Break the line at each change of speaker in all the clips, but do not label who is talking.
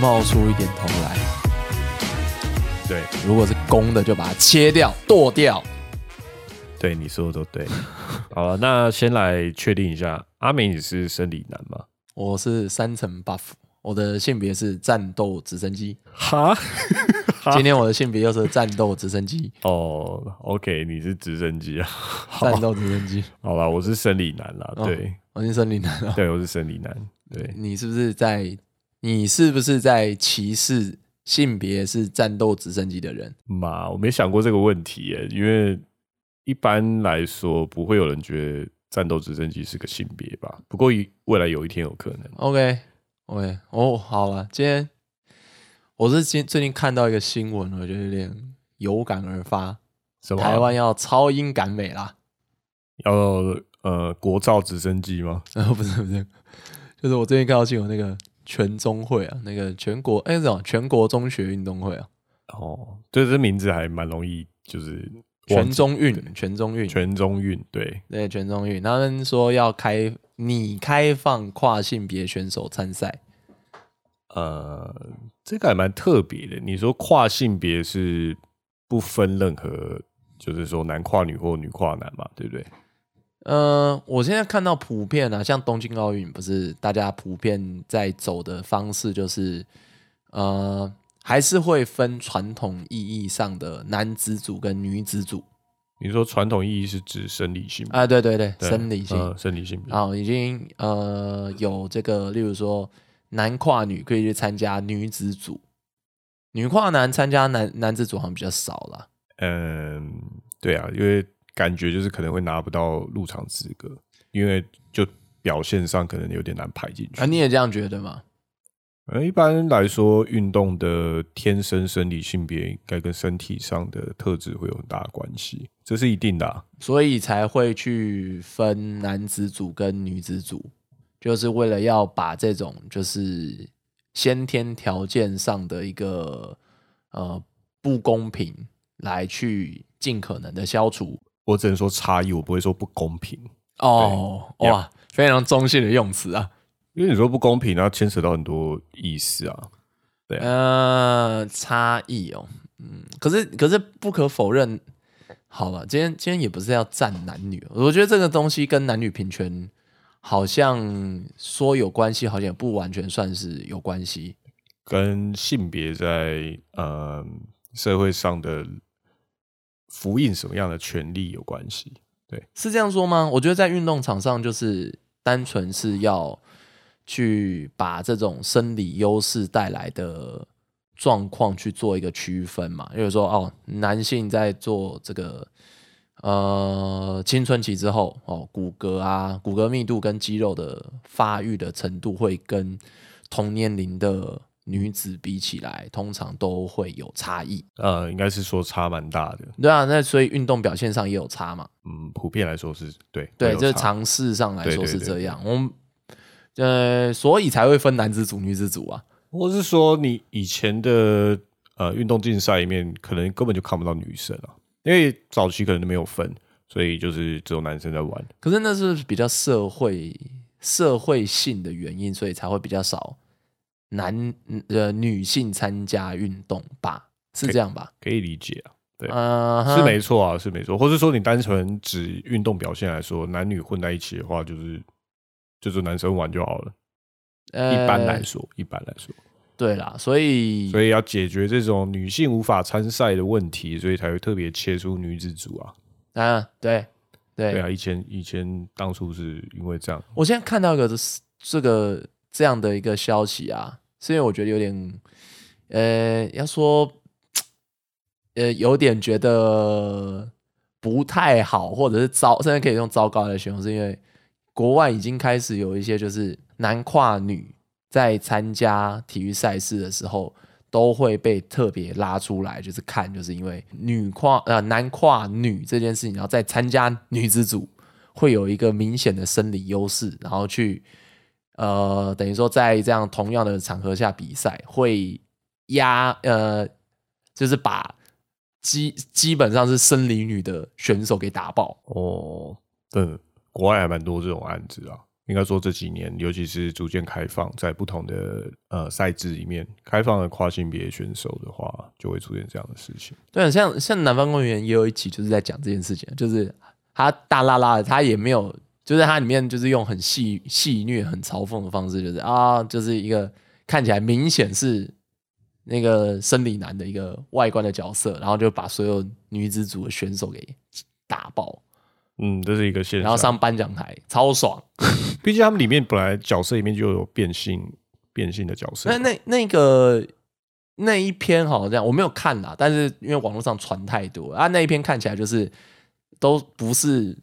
冒出一点头来。
对
如果是公的，就把它切掉、剁掉。
对，你说的都对。 好了，那先来确定一下，阿美你是生理男吗？
我是三层 buff，我的性别是战斗直升机。
哈，
今天我的性别又是战斗直升机，
哦，OK，你是直升机啊？ 好，
战斗直升机。
好啦，我是生理男啦。
哦
对，
我是森林男哦。
对，我是生理男。对，
你是不是在？你是不是在歧视性别是战斗直升机的人？
妈，我没想过这个问题耶，因为一般来说不会有人觉得战斗直升机是个性别吧？不过一未来有一天有可能。
OK OK 哦，好了，今天我是今最近看到一个新闻，我觉得有点有感而发，
什么？
台湾要超英赶美啦。
要呃国造直升机吗？
然呃后不是不是，就是我最近看到新闻那个全中会啊，那个全国哎、什么全国中学运动会啊，
哦，对，这名字还蛮容易，就是忘
全
记
中运全中运
全中运对。
对全中运，他们说要开拟开放跨性别选手参赛，
呃，这个还蛮特别的。你说跨性别是不分任何，就是说男跨女或女跨男嘛，对不对？
呃，我现在看到普遍啊，像东京奥运不是大家普遍在走的方式，就是呃，还是会分传统意义上的男子组跟女子组
你说传统意义是指生理性别
啊，对对对，
对
生理性
呃生理性别
啊、已经呃有这个，例如说男跨女可以去参加女子组，女跨男参加男男子组好像比较少啦。
嗯，对啊，因为感觉就是可能会拿不到入场资格，因为就表现上可能有点难排进去
啊，。你也这样觉得吗？
呃，一般来说，运动的天生生理性别应该跟身体上的特质会有很大的关系，这是一定的、啊。
所以才会去分男子组跟女子组，就是为了要把这种就是先天条件上的一个呃不公平来去尽可能的消除。
我只能说差异，我不会说不公平，
哦，
对
哇，非常中性的用词啊。
因为你说不公平，那牵扯到很多意思啊。对
呃，差异哦，嗯，可是可是不可否认，好了，今天今天也不是要站男女，哦我觉得这个东西跟男女平权好像说有关系，好像也不完全算是有关系。
跟性别在呃社会上的服膺什么样的权利有关系。
是这样说吗？我觉得在运动场上，就是单纯是要去把这种生理优势带来的状况去做一个区分嘛。比如说，哦，男性在做这个呃青春期之后，哦，骨骼啊、骨骼密度跟肌肉的发育的程度会跟同年龄的女子比起来，通常都会有差异。
呃，应该是说差蛮大的。
对啊，那所以运动表现上也有差嘛。
嗯，普遍来说是对，会
对，
有
就是
差
尝试上来
对
说
对
是
对
这样。我们呃，所以才会分男子组、女子组啊。
或是说你以前的呃运动竞赛里面，可能根本就看不到女生啊，因为早期可能都没有分，所以就是只有男生在玩。
可是那是比较社会社会性的原因，所以才会比较少男呃女性参加运动吧？是这样吧？
可以理解啊，对
啊哈
是没错啊，是没错。或是说你单纯指运动表现来说，男女混在一起的话，就是就是男生玩就好了。
呃
一般来说，一般来说，
对啦，所以
所以要解决这种女性无法参赛的问题，所以才会特别切出女子组啊。
啊对对
对啊，以前以前当初是因为这样，
我现在看到一个这这个这样的一个消息啊，是因为我觉得有点，呃，要说，呃，有点觉得不太好，或者是糟，甚至可以用糟糕来形容，是因为国外已经开始有一些就是男跨女在参加体育赛事的时候。都会被特别拉出来，就是看，就是因为女跨呃男跨女这件事情，然后再参加女子组，会有一个明显的生理优势，然后去呃，等于说在这样同样的场合下比赛，会压呃，就是把基基本上是生理女的选手给打爆。
哦，对，国外还蛮多这种案子啊，应该说这几年，尤其是逐渐开放，在不同的呃赛制里面开放了跨性别选手的话，就会出现这样的事情。
对，像像南方公园也有一期就是在讲这件事情，就是他大拉拉的，他也没有，就是他里面就是用很戏戏谑、很嘲讽的方式，就是啊，就是一个看起来明显是那个生理男的一个外观的角色，然后就把所有女子组的选手给打爆，
嗯，这是一个现象。
然后上颁奖台，超爽。
毕竟他们里面本来角色里面就有变性变性的角色嘛，
那那那个那一篇好像我没有看啦，但是因为网络上传太多啊，那一篇看起来就是都不是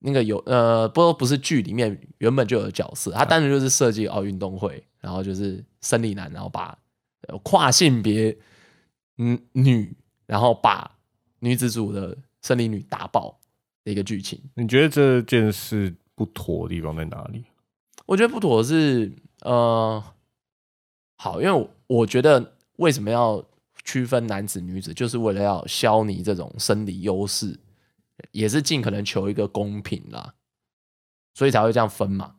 那个有呃，不不是剧里面原本就有的角色，他单纯就是设计哦奥运动会，然后就是生理男，然后把、呃跨性别嗯女，然后把女子组的生理女打爆的一个剧情。
你觉得这件事不妥的地方在哪里？
我觉得不妥的是，呃，好，因为我我觉得为什么要区分男子女子，就是为了要消弭这种生理优势，也是尽可能求一个公平啦，所以才会这样分嘛，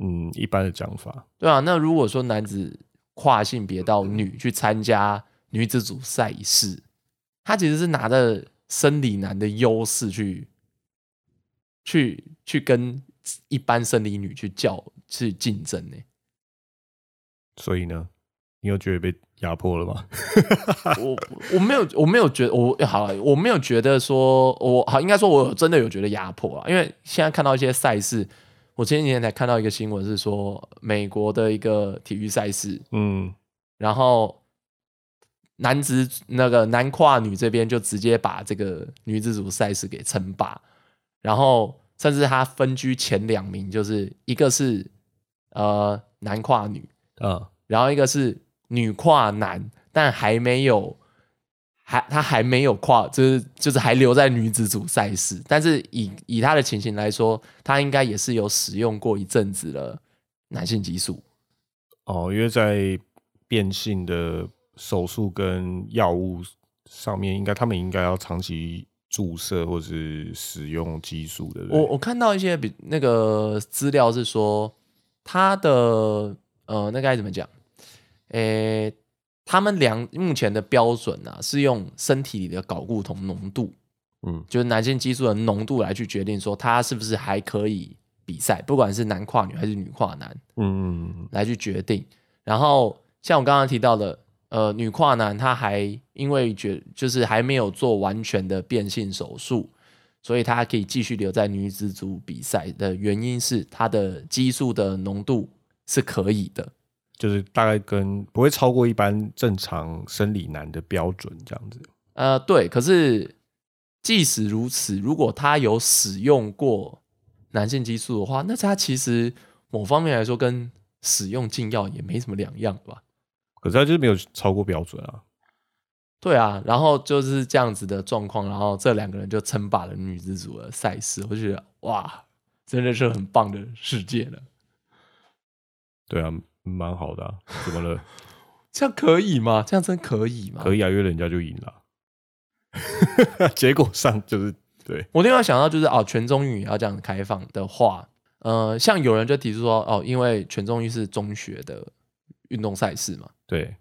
嗯，一般的讲法，
对啊，那如果说男子跨性别到女去参加女子组赛事，他其实是拿着生理男的优势去，去去跟一般生理女去较去竞争欸呢、
所以呢，你又觉得被压迫了吗？
我我没有我没有觉得我哎好啊了，我没有觉得说我好，应该说我有真的有觉得压迫啊，因为现在看到一些赛事，我前几天才看到一个新闻是说美国的一个体育赛事，
嗯，
然后男子那个男跨女这边就直接把这个女子组赛事给称霸，然后甚至他分居前两名，就是一个是呃男跨女，
啊，
然后一个是女跨男，但还没有，还他还没有跨，就是就是还留在女子组赛事。但是以以他的情形来说，他应该也是有使用过一阵子了男性激素。
哦，因为在变性的手术跟药物上面，应该他们应该要长期注射或是使用激素的。对不对
我我看到一些比那个资料是说，他的呃，那该怎么讲？诶、他们量目前的标准啊，是用身体里的睾固酮浓度，
嗯
就是男性激素的浓度来去决定说他是不是还可以比赛，不管是男跨女还是女跨男
嗯嗯
来去决定。然后像我刚刚提到的，呃，女跨男他还因为觉就是还没有做完全的变性手术，所以他可以继续留在女子组比赛的原因是他的激素的浓度是可以的。
就是大概跟不会超过一般正常生理男的标准这样子。
呃，对，可是即使如此，如果他有使用过男性激素的话，那他其实某方面来说跟使用禁药也没什么两样吧？
可是他就是没有超过标准啊。
对啊，然后就是这样子的状况，然后这两个人就称霸了女子组的赛事，我就觉得哇，真的是很棒的世界了，
对啊，蛮好的、啊。怎么 了？
这样可以吗？这样真可以吗？
可以啊，约了人家就赢了啊。 结果上就是对，
我另外想到就是哦，全中运也要这样开放的话，呃，像有人就提出说哦，因为全中运是中学的运动赛事嘛，
对，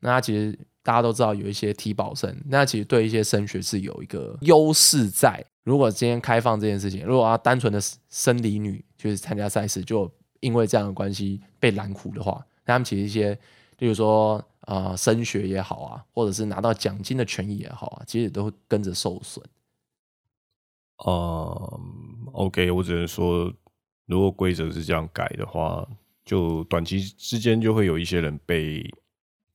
那它其实大家都知道有一些体保生，那其实对一些升学是有一个优势在。如果今天开放这件事情，如果要啊单纯的生理女就是参加赛事，就因为这样的关系被拦苦的话，那他们其实一些，例如说呃升学也好啊，或者是拿到奖金的权益也好啊，其实也都会跟着受损。
嗯，OK，我只能说，如果规则是这样改的话，就短期之间就会有一些人被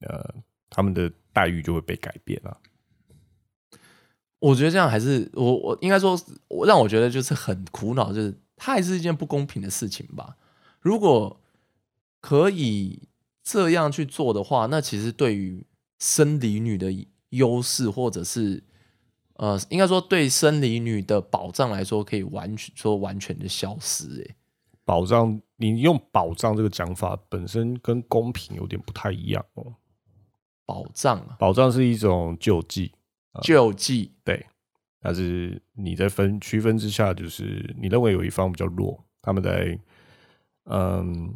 呃他们的待遇就会被改变啊。
我觉得这样还是我我应该说，我让我觉得就是很苦恼，就是它还是一件不公平的事情吧。如果可以这样去做的话，那其实对于生理女的优势，或者是呃，应该说对生理女的保障来说，可以完全说完全的消失、欸。
保障，你用保障这个讲法本身跟公平有点不太一样哦。
保障啊，
保障是一种救济，
救济，
对，但是你在分区分之下，就是你认为有一方比较弱，他们在嗯，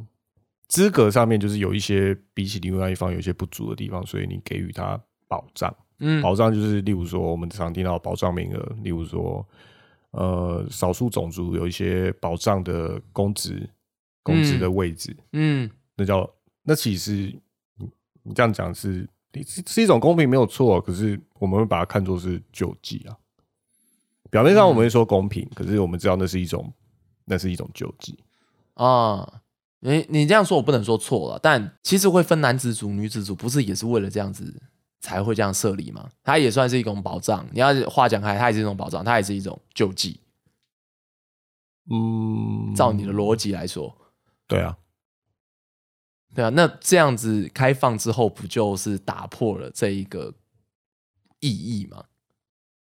资格上面就是有一些比起另外一方有一些不足的地方，所以你给予他保障。
嗯，
保障就是例如说我们常听到保障名额，例如说呃少数种族有一些保障的公职，公职
嗯
的位置，
嗯
那叫那其实你你这样讲是是是一种公平没有错，可是我们会把它看作是救济啊。表面上我们会说公平，可是我们知道那是一种那是一种救济。
啊，你你这样说我不能说错了，但其实会分男子组、女子组，不是也是为了这样子才会这样设立吗？它也算是一种保障。你要是话讲开，它也是一种保障，它也是一种救济。
嗯，
照你的逻辑来说，
对啊，
对啊，那这样子开放之后，不就是打破了这一个意义吗？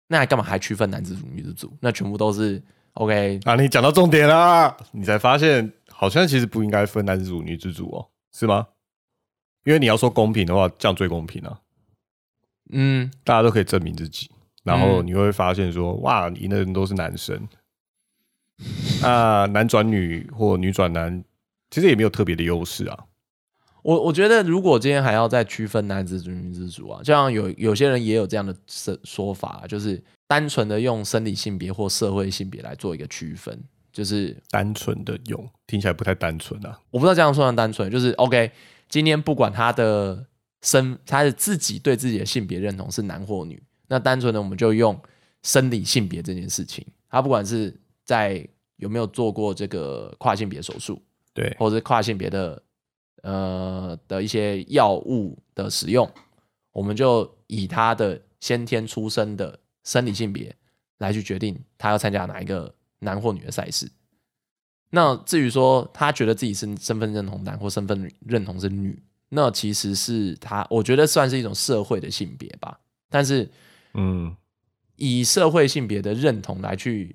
那还干嘛还区分男子组、女子组？那全部都是 OK
啊，你讲到重点啦，你才发现好像其实不应该分男子组、女子组哦，是吗？因为你要说公平的话，这样最公平啊，
嗯，
大家都可以证明自己，然后
嗯
你会发现说，哇，赢的人都是男生，那男转女或女转男，其实也没有特别的优势啊。
我我觉得如果今天还要再区分男子组、女子组啊，就像有有些人也有这样的说说法、啊就是单纯的用生理性别或社会性别来做一个区分，就是
单纯的用听起来不太单纯啊，
我不知道这样算不算单纯，就是 OK，今天不管他的身，他的自己对自己的性别认同是男或女，那单纯的我们就用生理性别这件事情，他不管是在有没有做过这个跨性别手术，
对，
或者是跨性别的呃的一些药物的使用，我们就以他的先天出生的生理性别来去决定他要参加哪一个男或女的赛事。那至于说他觉得自己是身份认同男或身份认同是女，那其实是他我觉得算是一种社会的性别吧，但是
嗯，
以社会性别的认同来去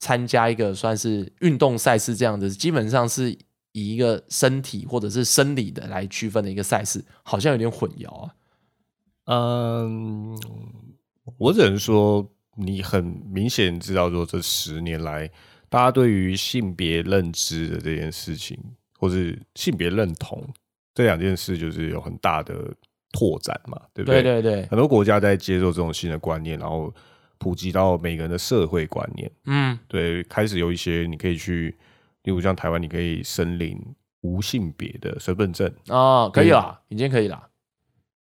参加一个算是运动赛事这样子，基本上是以一个身体或者是生理的来区分的一个赛事，好像有点混淆啊。
嗯，我只能说，你很明显知道说，这十年来，大家对于性别认知的这件事情，或是性别认同这两件事，就是有很大的拓展嘛，对不
对对对，
很多国家在接受这种新的观念，然后普及到每个人的社会观念。
嗯
对，开始有一些你可以去，例如像台湾，你可以申领无性别的身份证，
哦，可以啦，已经可以啦。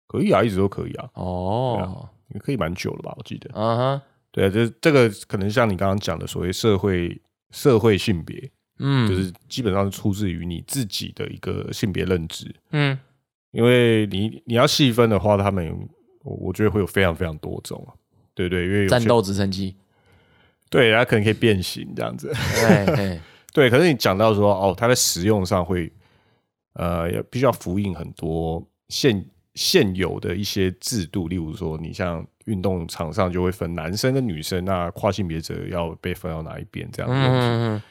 可以啊，一直都可以啊，
哦，
也可以蛮久了吧，我记得。
嗯哼，
对啊，这这个可能像你刚刚讲的所谓社会社会性别，
嗯，
就是基本上出自于你自己的一个性别认知。
嗯
因为你你要细分的话，他们我我觉得会有非常非常多种啊，对对，因为有些
战斗直升机，
对，它可能可以变形这样子。
哎 哎，
对，可是你讲到说哦，它在使用上会呃要必须要复印很多现现有的一些制度，例如说你像运动场上就会分男生跟女生，那跨性别者要被分到哪一边这样
嗯
子。题。
嗯嗯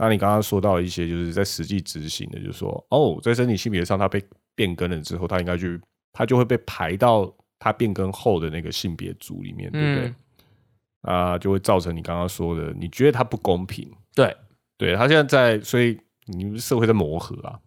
那你刚刚说到一些就是在实际执行的，就是说哦，在身体性别上它被变更了之后，它应该去它就会被排到它变更后的那个性别组里面，对不对
嗯？
啊、就会造成你刚刚说的，你觉得它不公平，
对，
对他现在在，所以你们社会在磨合啊，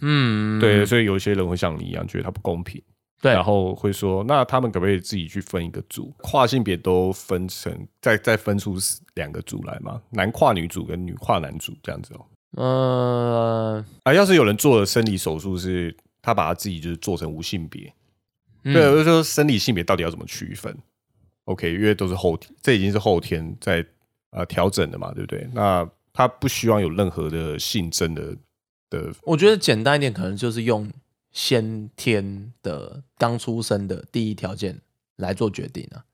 嗯，
对，
对
所以有一些人会像你一样觉得他不公平，
对
然后会说，那他们可不可以自己去分一个组，跨性别都分成，再再分出两个组来嘛，男跨女组跟女跨男组这样子哦、
呃，
啊，要是有人做了生理手术是。他把他自己就是做成无性别，
嗯
对，我就说生理性别到底要怎么区分？OK，因为都是后天，这已经是后天在呃调整的嘛，对不对？那他不希望有任何的性征的的
我觉得简单一点，可能就是用先天的刚出生的第一条件来做决定啊，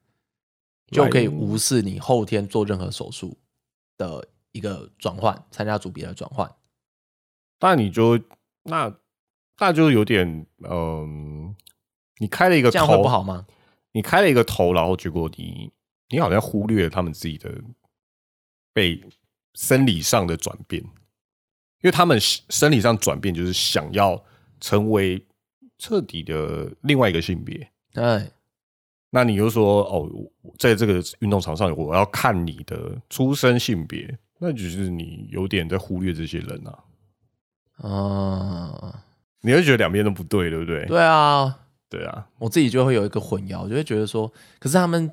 就可以无视你后天做任何手术的一个转换，参加组别的转换。
那你就那那就有点嗯、你开了一个
这样会
头
不好吗？
你开了一个头，然后结果你你好像忽略了他们自己的被生理上的转变，因为他们生理上转变就是想要成为彻底的另外一个性别。
对，
那你就说哦，我在这个运动场上，我要看你的出生性别。那只是你有点在忽略这些人啊，
嗯，
你会觉得两边都不对，对不对？
对啊，
对啊，
我自己就会有一个混淆，就会觉得说，可是他们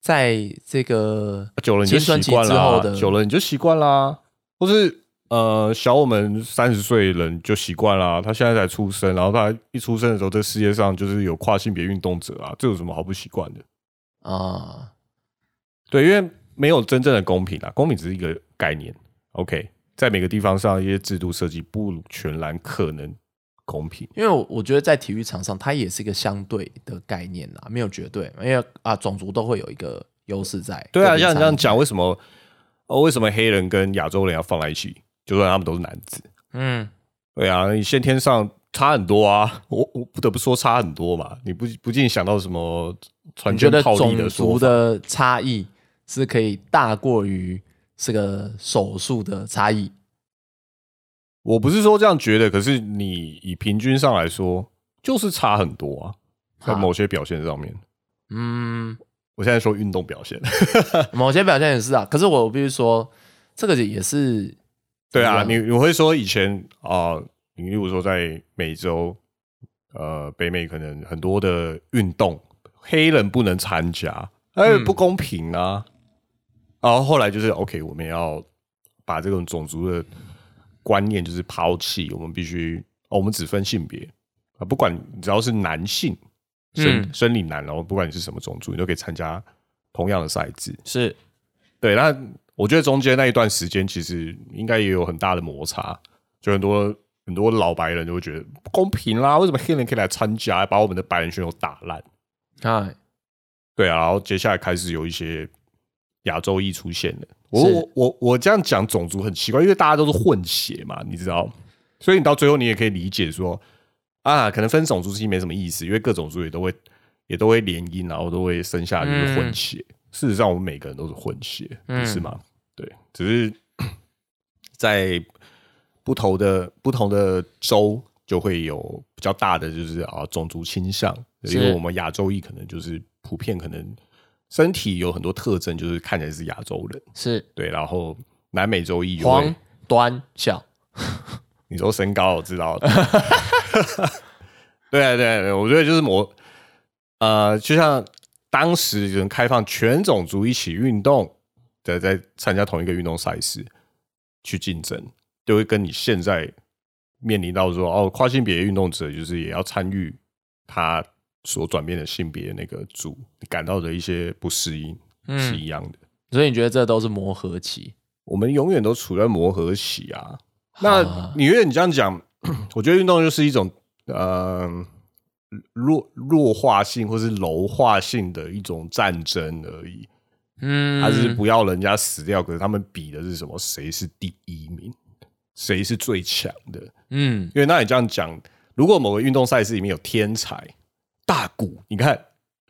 在这个
啊久了你就
青春
习
期
惯
之后
啦，
的
久了你就习惯啦，或是呃小我们三十岁的人就习惯啦，他现在才出生，然后他一出生的时候，这世界上就是有跨性别运动者啊，这有什么好不习惯的？
啊、
对，因为没有真正的公平啦，公平只是一个概念。OK，在每个地方上，一些制度设计不全然可能公平。
因为我我觉得在体育场上，它也是一个相对的概念啦，没有绝对，因为啊，种族都会有一个优势在。
对啊，
个别
像你
差
这样
异，
讲，为什么哦？为什么黑人跟亚洲人要放在一起？就算他们都是男子，
嗯，
对啊，你先天上差很多啊。我我不得不说差很多嘛。你不不禁想到什么传
你觉
教
得
套利
种
的
族
说法？
的差异是可以大过于这个手术的差异？
我不是说这样觉得，可是你以平均上来说，就是差很多啊，在
啊
某些表现上面。
嗯，
我现在说运动表现，
某些表现也是啊。可是我必须说，这个也是
对啊，
怎么
你
样
你会说以前啊、你例如说在美洲，呃，北美可能很多的运动，黑人不能参加，哎、
嗯
不公平啊。然后后来就是 OK，我们要把这种种族的观念就是抛弃，我们必须、哦，我们只分性别啊，不管你只要是男性生、
嗯
生理男，然后不管你是什么种族，你都可以参加同样的赛制。
是
对，那我觉得中间那一段时间，其实应该也有很大的摩擦，就很多很多老白人就会觉得不公平啦，为什么黑人可以来参加，把我们的白人选手打烂？
哎，
对啊，然后接下来开始有一些亚洲裔出现了。我
是
我我我这样讲种族很奇怪，因为大家都是混血嘛，你知道，所以你到最后你也可以理解说啊，可能分种族之间没什么意思，因为各种族也都会也都会联姻，然后都会生下来就是混血。事实上，我们每个人都是混血，
嗯
不是吗？对，只是在不同的不同的州就会有比较大的就是啊种族倾向，
是
因为我们亚洲裔可能就是普遍可能身体有很多特征，就是看起来是亚洲人，
是
对，然后南美洲裔就会
黄短小，
你说身高，我知道。 对啊，对啊对啊，我觉得就是模，呃，就像当时人开放全种族一起运动的，在参加同一个运动赛事去竞争，就会跟你现在面临到说，哦，跨性别运动者就是也要参与他所转变的性别那个组，感到的一些不适应是一样的。
所以你觉得这都是磨合期？
我们永远都处在磨合期啊，
啊
那你因为你这样讲， 我觉得运动就是一种呃弱弱化性或是柔化性的一种战争而已。
嗯，
他是不要人家死掉，可是他们比的是什么？谁是第一名？谁是最强的？
嗯
因为那你这样讲，如果某个运动赛事里面有天才大鼓，你看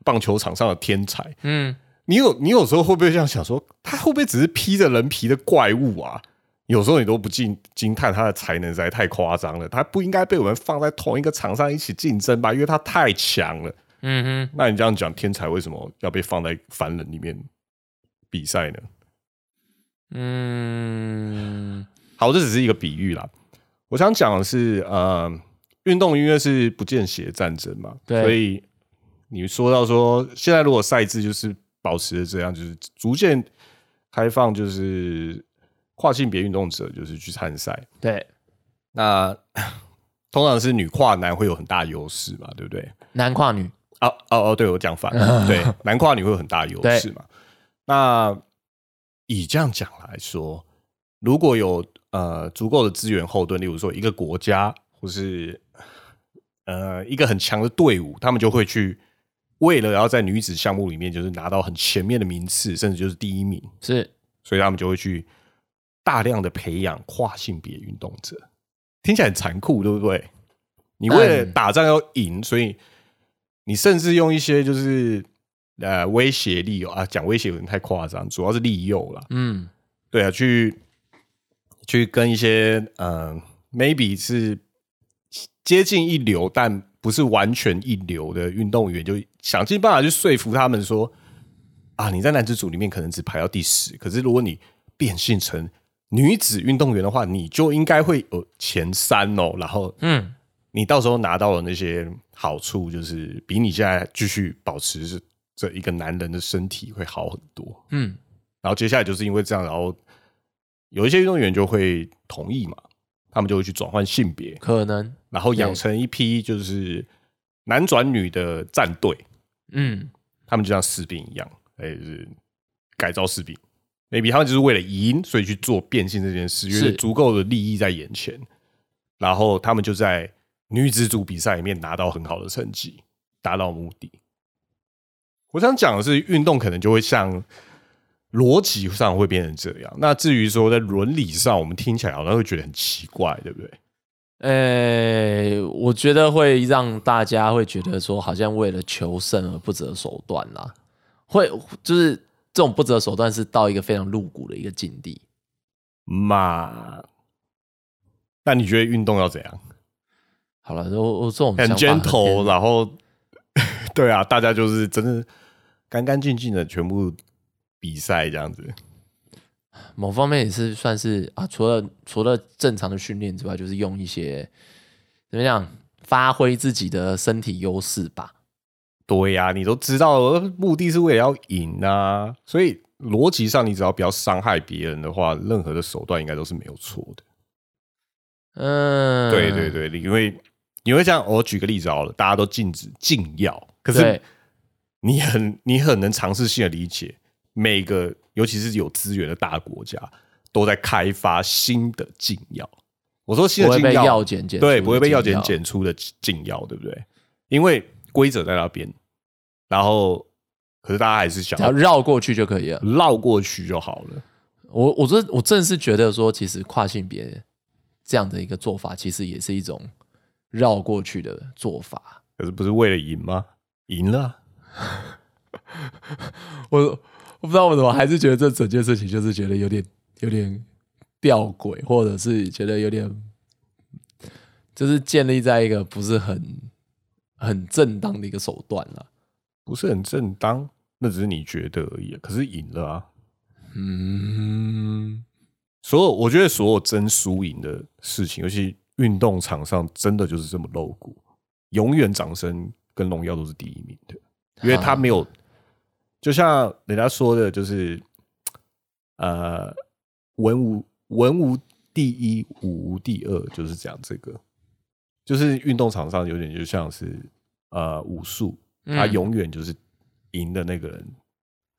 棒球场上的天才，
嗯，
你有你有时候会不会这样想说，他会不会只是披着人皮的怪物啊？有时候你都不禁惊叹他的才能实在太夸张了，他不应该被我们放在同一个场上一起竞争吧？因为他太强了。
嗯哼，
那你这样讲，天才为什么要被放在凡人里面比赛呢？
嗯，
好，这只是一个比喻啦。我想讲的是，呃，运动音乐是不见血战争嘛，
对
所以你说到说，现在如果赛制就是保持着这样，就是逐渐开放，就是跨性别运动者就是去参赛，
对，
那 通常是女跨男会有很大优势嘛，对不对？
男跨女，
哦哦哦，对我讲反了，对，男跨女会有很大优势嘛。那以这样讲来说，如果有呃足够的资源后盾，例如说一个国家或是呃一个很强的队伍，他们就会去为了要在女子项目里面就是拿到很前面的名次，甚至就是第一名，
是
所以他们就会去大量的培养跨性别运动者。听起来很残酷，对不对？你为了
嗯
打仗要赢，所以你甚至用一些就是呃威胁利诱啊，讲威胁有点太夸张，主要是利诱啦。
嗯
对啊，去去跟一些呃，maybe 是接近一流，但不是完全一流的运动员，就想尽办法去说服他们说啊，你在男子组里面可能只排到第十，可是如果你变性成女子运动员的话，你就应该会有前三哦。然后
嗯，
你到时候拿到的那些好处，就是比你现在继续保持这这一个男人的身体会好很多。
嗯，
然后接下来就是因为这样，然后有一些运动员就会同意嘛，他们就会去转换性别，
可能，
然后养
对
成一批就是男转女的战队。
嗯，
他们就像士兵一样，哎、就是改造士兵。maybe 他们就是为了赢，所以去做变性这件事，因为
是
有足够的利益在眼前。然后他们就在女子组比赛里面拿到很好的成绩，达到目的。我想讲的是，运动可能就会像逻辑上会变成这样。那至于说在伦理上，我们听起来好像会觉得很奇怪，对不对？
诶、我觉得会让大家会觉得说，好像为了求胜而不择手段啦，会就是这种不择手段是到一个非常露骨的一个境地。
嘛，那你觉得运动要怎样？
好了，我我这种
很
想法
gentle，
偏
然后 对啊，大家就是真的干干净净的全部比赛这样子。
某方面也是算是啊，除了除了正常的训练之外，就是用一些怎么样发挥自己的身体优势吧。
对呀、你都知道呃目的是为了要赢啊，所以逻辑上你只要不要伤害别人的话，任何的手段应该都是没有错的。
嗯，
对对，对，你因为你会像我举个例子好了，大家都禁止禁药，可是
对
你很你很能尝试性的理解每个，尤其是有资源的大国家都在开发新的禁药。我说新
不
的
会
禁
被
药
药，检检
对，
出
不会被
禁
药检检出的禁药，对不对？因为规则在那边，然后可是大家还是想
只要
要
绕过去就可以了。
绕过去就好了。
我我真我正是觉得说，其实跨性别这样的一个做法，其实也是一种绕过去的做法。
可是不是为了赢吗？赢了啊，
我我不知道我怎么还是觉得这整件事情就是觉得有点有点吊诡，或者是觉得有点就是建立在一个不是很很正当的一个手段了。
不是很正当，那只是你觉得而已啊。可是赢了啊。
嗯，
所有我觉得所有争输赢的事情，尤其运动场上，真的就是这么露骨，永远掌声跟荣耀都是第一名的，因为他没有，就像人家说的，就是呃，文无文无第一，武无第二，就是讲这个，就是运动场上有点就像是呃武术，他
嗯
永远就是赢的那个人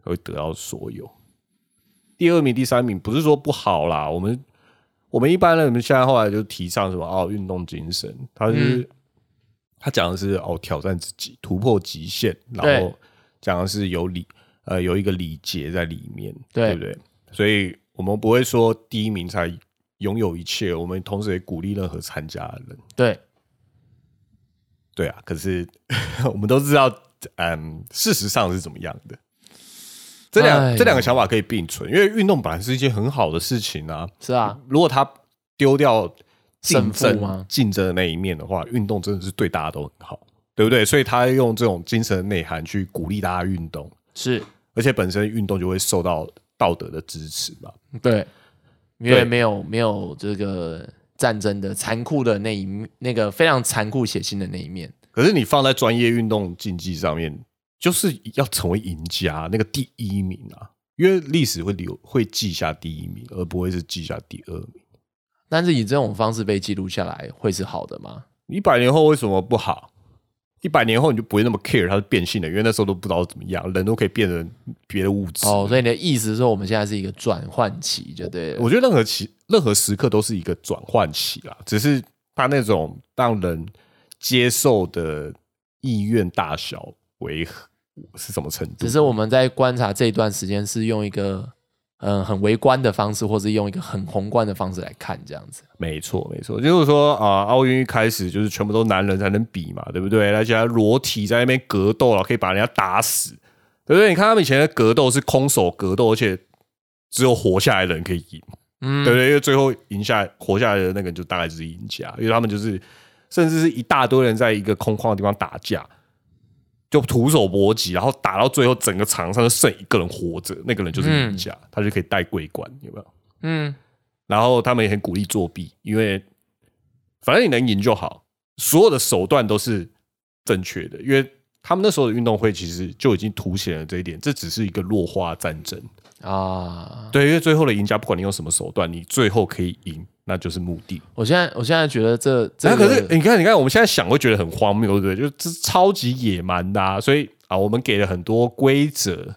会得到所有。第二名、第三名不是说不好啦，我们我们一般人，我们现在后来就提倡什么哦，运动精神，他就是、
嗯
他讲的是哦，挑战自己，突破极限，然后
对
讲的是有理呃有一个礼节在里面，
对
不对？所以我们不会说第一名才拥有一切，我们同时也鼓励任何参加的人。
对，
对啊，可是 我们都知道，嗯，事实上是怎么样的。这
哎
两
呦
这两个想法可以并存，因为运动本来是一件很好的事情啊。
是啊，
如果他丢掉竞
胜负
争
吗
竞争的那一面的话，运动真的是对大家都很好，对不对？所以他用这种精神内涵去鼓励大家运动，
是
而且本身运动就会受到道德的支持嘛。
对，因为
对
没有没有这个战争的残酷的那一面，那个非常残酷血腥的那一面。
可是你放在专业运动竞技上面，就是要成为赢家，那个第一名啊，因为历史会留会记下第一名，而不会是记下第二名。
但是以这种方式被记录下来，会是好的吗？
一百年后为什么不好？一百年后你就不会那么 care 它是变性的，因为那时候都不知道怎么样，人都可以变成别的物质。
哦，所以你的意思是说，我们现在是一个转换期，就对了。
我觉得任何期、任何时刻都是一个转换期啦，只是它那种让人接受的意愿大小为何是什么程度
只？是我们在观察这一段时间，是用一个嗯很微观的方式，或是用一个很宏观的方式来看这样子。
没错，没错，就是说啊，奥运一开始就是全部都男人才能比嘛，对不对？而且还裸体在那边格斗啊，可以把人家打死，对不对？你看他们以前的格斗是空手格斗，而且只有活下来的人可以赢，
嗯，
对不对？因为最后赢下来活下来的那个人就大概就是赢家，因为他们就是甚至是一大堆人在一个空旷的地方打架，就徒手搏击，然后打到最后整个场上就剩一个人活着，那个人就是赢
嗯
家，他就可以戴桂冠，有没有？
嗯，
然后他们也很鼓励作弊，因为反正你能赢就好，所有的手段都是正确的，因为他们那时候的运动会其实就已经凸显了这一点，这只是一个弱化战争。
哦啊！
对，因为最后的赢家不管你用什么手段，你最后可以赢，那就是目的。
我现在我现在觉得这这
那
个、
可是你看，你看，我们现在想会觉得很荒谬，对不对？就是超级野蛮的、啊，所以啊，我们给了很多规则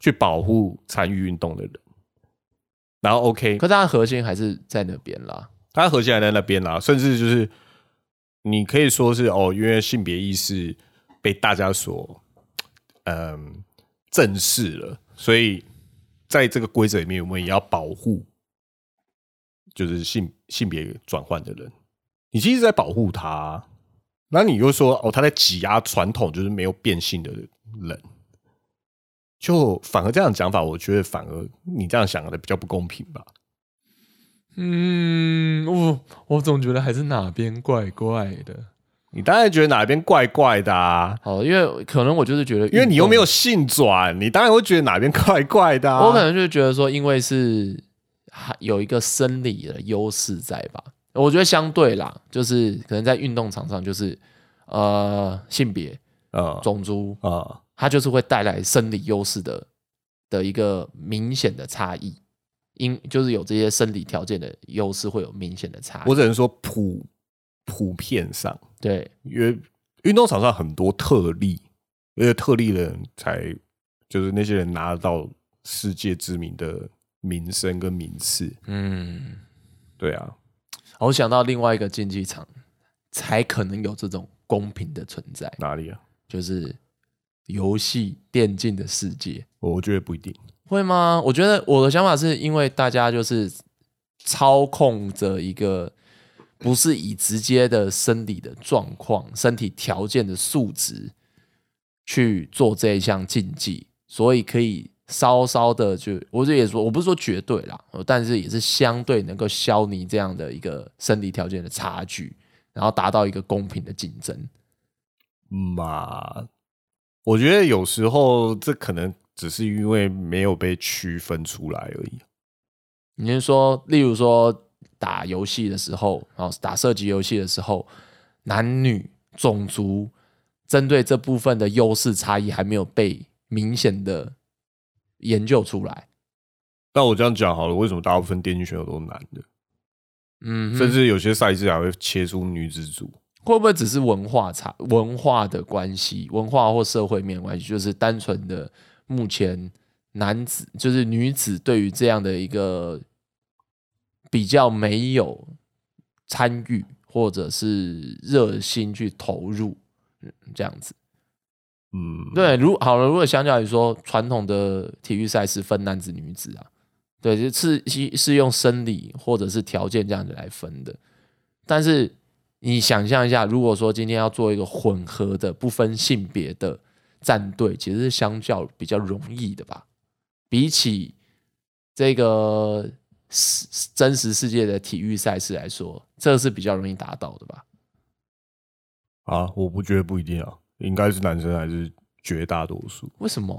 去保护参与运动的人。然后 OK，
可是它的核心还是在那边啦。
它核心还在那边啊啦，甚至就是你可以说是哦，因为性别意识被大家所嗯正视了，所以在这个规则里面，我们也要保护就是性性别转换的人。你其实在保护他啊，那你又说哦，他在挤压传统就是没有变性的人，就反而这样讲法，我觉得反而你这样想的比较不公平吧。
嗯，我我总觉得还是哪边怪怪的。
你当然觉得哪边怪怪的啊，
好，因为可能我就是觉得，
因为你又没有，性转，你当然会觉得哪边怪怪的、啊。
我可能就是觉得说，因为是还有一个生理的优势在吧。我觉得相对啦，就是可能在运动场上，就是呃性别、
啊
种族，
啊
它就是会带来生理优势的的一个明显的差异，因就是有这些生理条件的优势会有明显的差异。
我只能说普普遍上，
对，
因为运动场上很多特例，而且特例的人才就是那些人拿得到世界知名的名声跟名次。
嗯，
对啊，
我想到另外一个竞技场，才可能有这种公平的存在，
哪里啊？
就是游戏电竞的世界，
我我觉得不一定。
会吗？我觉得我的想法是因为大家就是操控着一个不是以直接的生理的状况、身体条件的数值去做这一项竞技，所以可以。稍稍的就，我这也说，我不是说绝对啦，呃但是也是相对能够消弭这样的一个生理条件的差距，然后达到一个公平的竞争。
嘛，我觉得有时候这可能只是因为没有被区分出来而已。
你是说，例如说打游戏的时候，然后打射击游戏的时候，男女种族针对这部分的优势差异还没有被明显的研究出来，
那我这样讲好了，为什么大部分电竞选手都是男的？
嗯
甚至有些赛制还会切出女子组。
会不会只是文化差、文化的关系、文化或社会面的关系，就是单纯的目前男子就是女子对于这样的一个比较没有参与或者是热心去投入嗯这样子。
嗯，
对，如好了，如果相较于说传统的体育赛事分男子女子啊，对，就是是是用生理或者是条件这样子来分的。但是你想象一下，如果说今天要做一个混合的、不分性别的战队，其实是相较比较容易的吧？比起这个是真实世界的体育赛事来说，这是比较容易达到的吧？
啊，我不觉得不一定啊，应该是男生还是绝大多数，
为什么？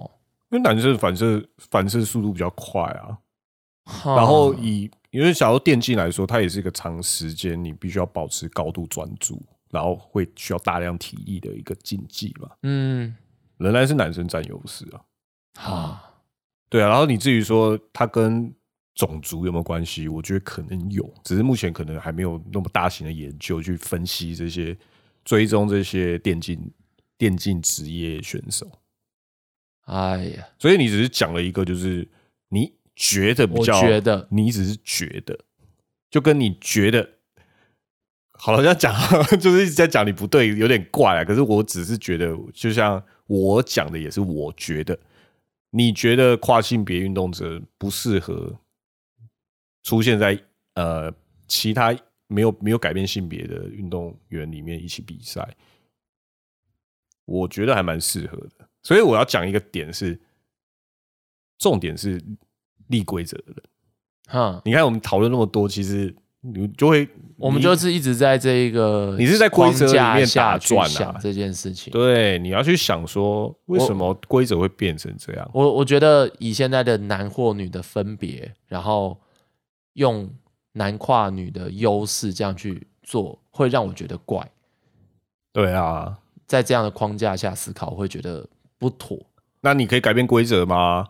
因为男生反射反射速度比较快啊。
哦
然后以因为想要电竞来说，它也是一个长时间你必须要保持高度专注，然后会需要大量体力的一个竞技嘛，
嗯，
仍然是男生占优势啊。
好。
对啊，然后你至于说它跟种族有没有关系，我觉得可能有，只是目前可能还没有那么大型的研究去分析这些追踪这些电竞电竞职业选手。
哎呀，
所以你只是讲了一个，就是你觉得比
我
较，
觉得
你只是觉得，就跟你觉得，好了，这样讲 就是一直在讲你不对，有点怪啊。可是我只是觉得，就像我讲的，也是我觉得，你觉得跨性别运动者不适合出现在呃其他没有没有改变性别的运动员里面一起比赛，我觉得还蛮适合的。所以我要讲一个点是，重点是立规则的人。
哈，
你看我们讨论那么多，其实你就会，
我们
你
就是一直在这一个
你是在规则里面
框架下
打转啊
去想这件事情。
对你要去想说，为什么规则会变成这样？
我我觉得以现在的男或女的分别，然后用男跨女的优势这样去做，会让我觉得怪。
对啊，
在这样的框架下思考，我会觉得不妥。
那你可以改变规则吗？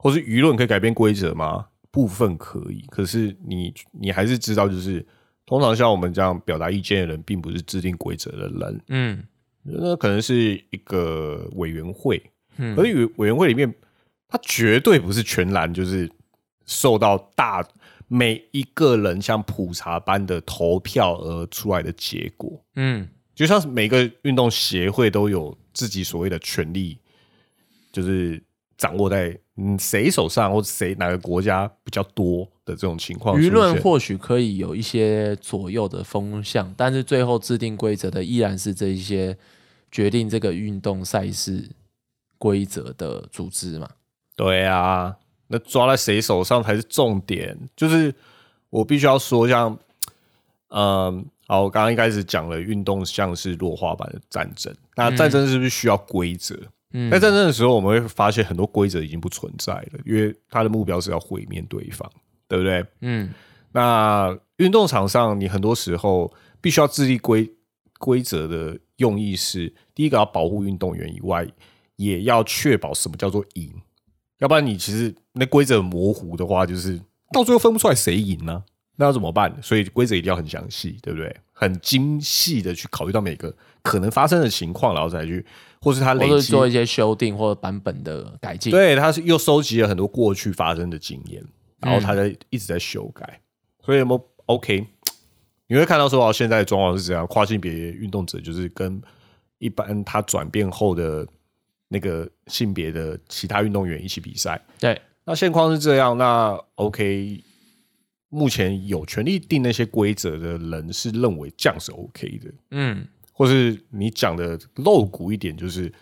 或是舆论可以改变规则吗？部分可以，可是你你还是知道，就是通常像我们这样表达意见的人，并不是制定规则的人，
嗯
那可能是一个委员会，
嗯
可是委委员会里面，他绝对不是全然就是受到大每一个人像普查般的投票而出来的结果。
嗯
就像是每个运动协会都有自己所谓的权利，就是掌握在嗯谁手上，或者谁哪个国家比较多的这种情况出
舆
现。
论或许可以有一些左右的风向，但是最后制定规则的依然是这一些决定这个运动赛事规则的组织嘛。
对啊，那抓在谁手上才是重点。就是我必须要说，像嗯，好，我刚刚一开始讲了运动像是弱化版的战争，那战争是不是需要规则？
嗯，
在战争的时候，我们会发现很多规则已经不存在了，因为它的目标是要毁灭对方，对不对？
嗯
那运动场上，你很多时候必须要制定规规则的用意是，第一个要保护运动员以外，也要确保什么叫做赢，要不然你其实那规则模糊的话，就是到最后分不出来谁赢呢、那要怎么办？所以规则一定要很详细，对不对？很精细的去考虑到每个可能发生的情况，然后再去，或是它
或
累
者
积
做一些修订或者版本的改进。
对，他是又收集了很多过去发生的经验，然后他在、一直在修改，所以有没有 OK？你会看到说，哦，现在的状况是这样，跨性别运动者就是跟一般他转变后的那个性别的其他运动员一起比赛。
对，
那现况是这样，那 OK，目前有权利定那些规则的人是认为这样是 OK 的，
嗯
或是你讲的露骨一点，就是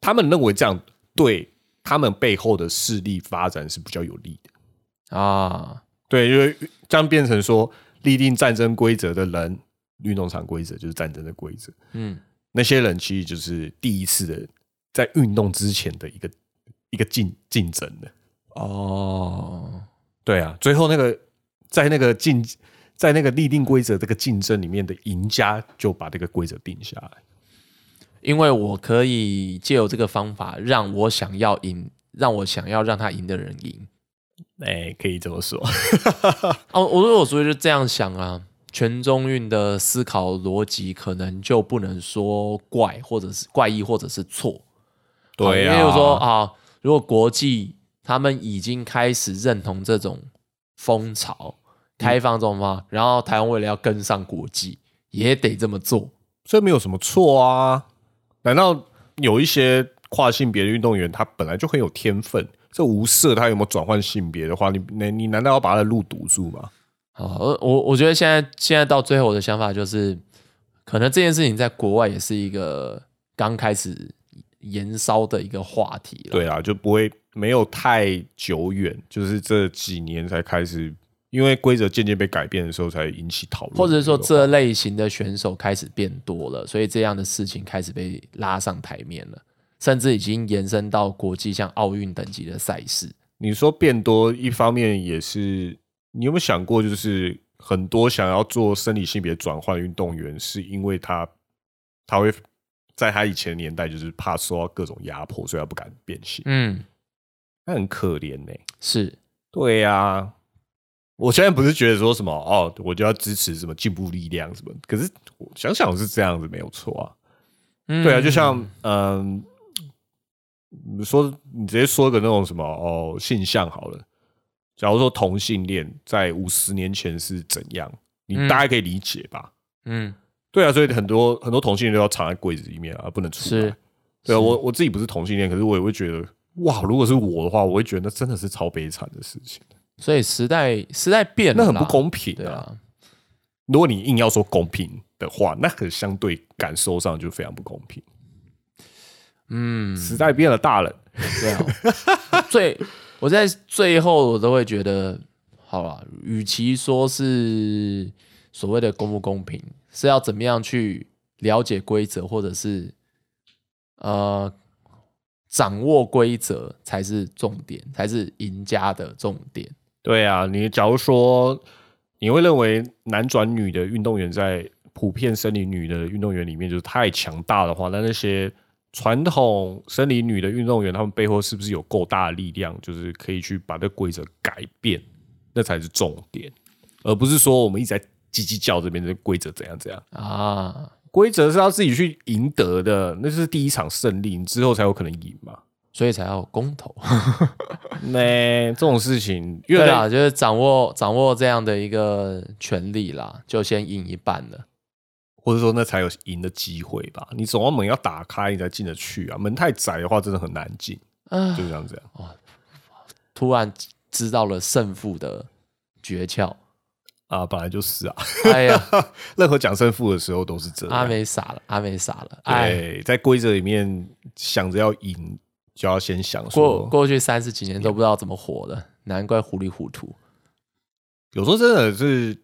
他们认为这样对他们背后的势力发展是比较有利的。
啊，
对，因为这样变成说，立定战争规则的人，运动场规则就是战争的规则，
嗯
那些人其实就是第一次的在运动之前的一个一个竞竞争的。
哦，
对啊，最后那个在那个竞在那个立定规则这个竞争里面的赢家，就把这个规则定下来。
因为我可以借由这个方法，让我想要赢，让我想要让他赢的人赢。
哎、可以这么说。
哦，我说我所以就这样想啊，全中运的思考逻辑可能就不能说怪或者是怪异或者是错，
对
啊，
啊，
因为说啊，如果国际他们已经开始认同这种风潮，开放这种方法，然后台湾为了要跟上国际，也得这么做。
这没有什么错啊？难道有一些跨性别的运动员，他本来就很有天分？这无涉他有没有转换性别的话，你你你难道要把他的路堵住吗？
好，我我我觉得现在现在到最后，我的想法就是，可能这件事情在国外也是一个刚开始延烧的一个话题了。
对啊，就不会没有太久远，就是这几年才开始，因为规则渐渐被改变的时候，才引起讨论。
或者是说这类型的选手开始变多了，所以这样的事情开始被拉上台面了，甚至已经延伸到国际像奥运等级的赛事。
你说变多，一方面也是你有没有想过，就是很多想要做生理性别转换的运动员，是因为他他会在他以前的年代就是怕受到各种压迫，所以他不敢变性，
嗯，
那很可怜呢、
是，
对呀、我现在不是觉得说什么哦，我就要支持什么进步力量什么，可是我想想是这样子没有错啊。
嗯
对啊，就像嗯，你说你直接说个那种什么哦性向好了，假如说同性恋在五十年前是怎样，你
嗯
大概可以理解吧？
嗯
对啊，所以很多很多同性恋都要藏在柜子里面啊，不能出
是
来。，
是
对啊，我我自己不是同性恋，可是我也会觉得哇，如果是我的话，我会觉得那真的是超悲惨的事情，
所以时代时代变了，
那很不。公平
对
啊！
啊，
如果你硬要说公平的话，那很相对感受上就非常不公平。
嗯，
时代变了，大人
对啊， 最我在最后我都会觉得，好了，与其说是所谓的公不公平，是要怎么样去了解规则，或者是呃掌握规则才是重点，才是赢家的重点。
对啊，你假如说你会认为男转女的运动员在普遍生理女的运动员里面就是太强大的话，那那些传统生理女的运动员，他们背后是不是有够大的力量，就是可以去把这规则改变？那才是重点，而不是说我们一直在叽叽叫这边的规则怎样怎样。
啊，
规则是要自己去赢得的，那是第一场胜利，你之后才有可能赢 嘛。
所以才要有公投。
那、这种事情越
对
来
啦，就是掌握掌握这样的一个权利啦，就先赢一半了。
或者说那才有赢的机会吧。你总要门要打开，你才进得去啊。门太窄的话，真的很难进，
啊
就，这样子啊。
突然知道了胜负的诀窍。
啊，本来就是啊，
哎 呀，
任何讲胜负的时候都是这
阿
样。
美傻了，阿美傻了。哎，
对，在规则里面想着要赢，就要先想
过
说，
过去三十几年都不知道怎么活的，难怪糊里糊涂。
有时候真的是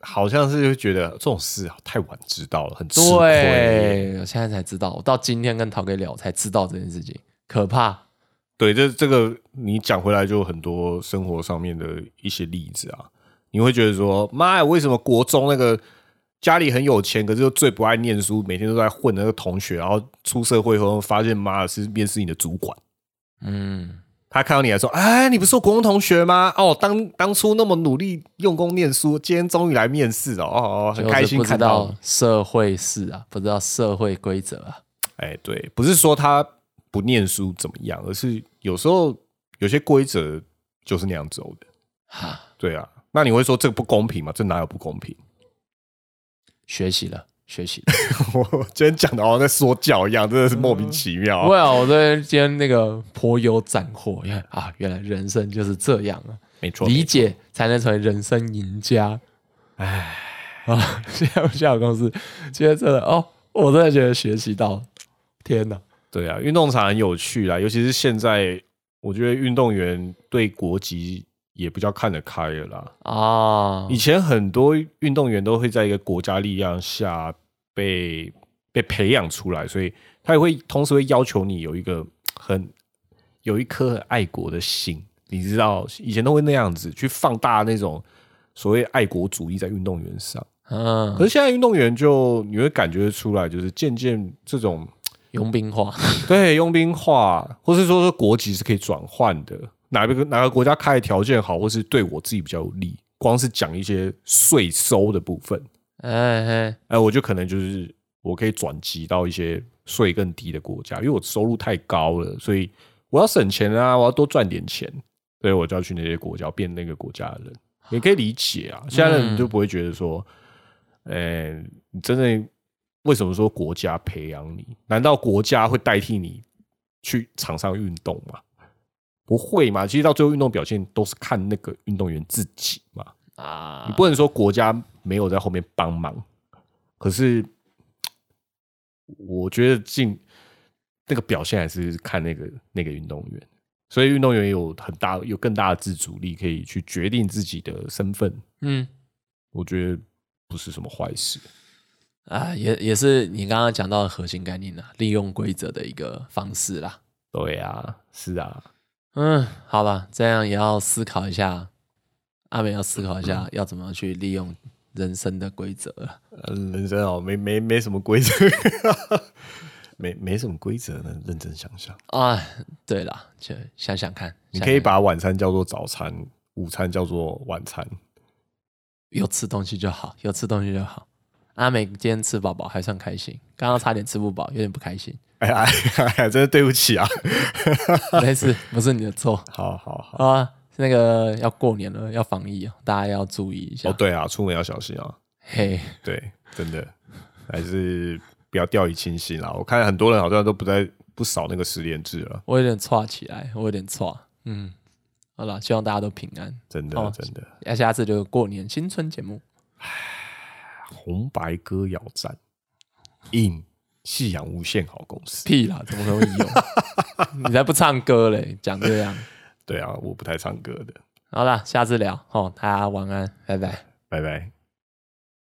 好像是就觉得这种事啊太晚知道了，很吃亏。
对，我现在才知道，我到今天跟陶哥聊才知道这件事情，可怕。
对，这这个你讲回来就有很多生活上面的一些例子啊，你会觉得说，妈呀，为什么国中那个家里很有钱，可是又最不爱念书，每天都在混的那个同学，然后出社会后发现，妈的是面试你的主管，
嗯，
他看到你还说，哎，你不是我国中同学吗？哦，当当初那么努力用功念书，今天终于来面试了，哦哦，很开
就是
心
不知
看到
道
你。
社会事啊，不知道社会规则啊。
哎，对，不是说他不念书怎么样，而是有时候有些规则就是那样走的。
哈，
对啊，那你会说这个不公平吗？这哪有不公平？
学习了，学习了。
我今天讲的好像在说教一样，真的是
嗯
莫名其妙啊、
哇、我对今天那个颇有斩获，原来啊，原来人生就是这样啊，
没错，
理解才能成为人生赢家。哎， 啊，谢谢谢小公司，今天真的哦，我真的觉得学习到了，天哪！
对啊，运动场很有趣啦，尤其是现在，我觉得运动员对国籍也比较看得开了啦。
啊
以，前很多运动员都会在一个国家力量下被被培养出来，所以他也会同时会要求你有一个很有一颗很爱国的心。你知道，以前都会那样子去放大那种所谓爱国主义在运动员上，
嗯
可，是现在运动员就你会感觉出来，就是渐渐这种
佣兵化，
对佣兵化，或是说说国籍是可以转换的，哪个哪个国家开的条件好，或是对我自己比较有利。光是讲一些税收的部分，
哎嘿，
哎，我就可能就是我可以转籍到一些税更低的国家，因为我收入太高了，所以我要省钱啊，我要多赚点钱，所以我就要去那些国家变那个国家的人，也可以理解啊。现在的人就不会觉得说，呃、你真的为什么说国家培养你？难道国家会代替你去场上运动吗？不会嘛？其实到最后，运动表现都是看那个运动员自己嘛。
啊，
你不能说国家没有在后面帮忙，可是我觉得进那个表现还是看那个那个运动员，所以运动员有很大有更大的自主力，可以去决定自己的身份，
嗯
我觉得不是什么坏事。
啊，也也是你刚刚讲到的核心概念啊，利用规则的一个方式啦。
对啊，是啊，
嗯，好了，这样也要思考一下，阿美要思考一下要怎么去利用人生的规则了。
呃人生哦，没没没什么规则， 没没什么规则呢。认真想想，
啊，对啦，就想想看，
你
想
可以
想
把晚餐叫做早餐，午餐叫做晚餐。
有吃东西就好，有吃东西就好。阿美今天吃饱饱还算开心，刚刚差点吃不饱，有点不开心，
哎呀哎呀，真的对不起啊！
没事，不是你的 错
好好好。
啊。那个要过年了，要防疫哦，大家要注意一下。
哦，对啊，出门要小心啊。
嘿，
对，真的，还是不要掉以轻心啦。我看很多人好像都不在不扫那个十连制了，
我有点岔起来，我有点岔。嗯，好了，希望大家都平安。
真的、
哦
真的。
那下次就过年新春节目，
红白歌谣战，in 夕阳无限好公司。
屁啦，怎么可能会有？ 你才不唱歌嘞，讲这样。
对啊，我不太唱歌的，
好啦，下次聊哦，大家晚安，拜拜。
拜拜。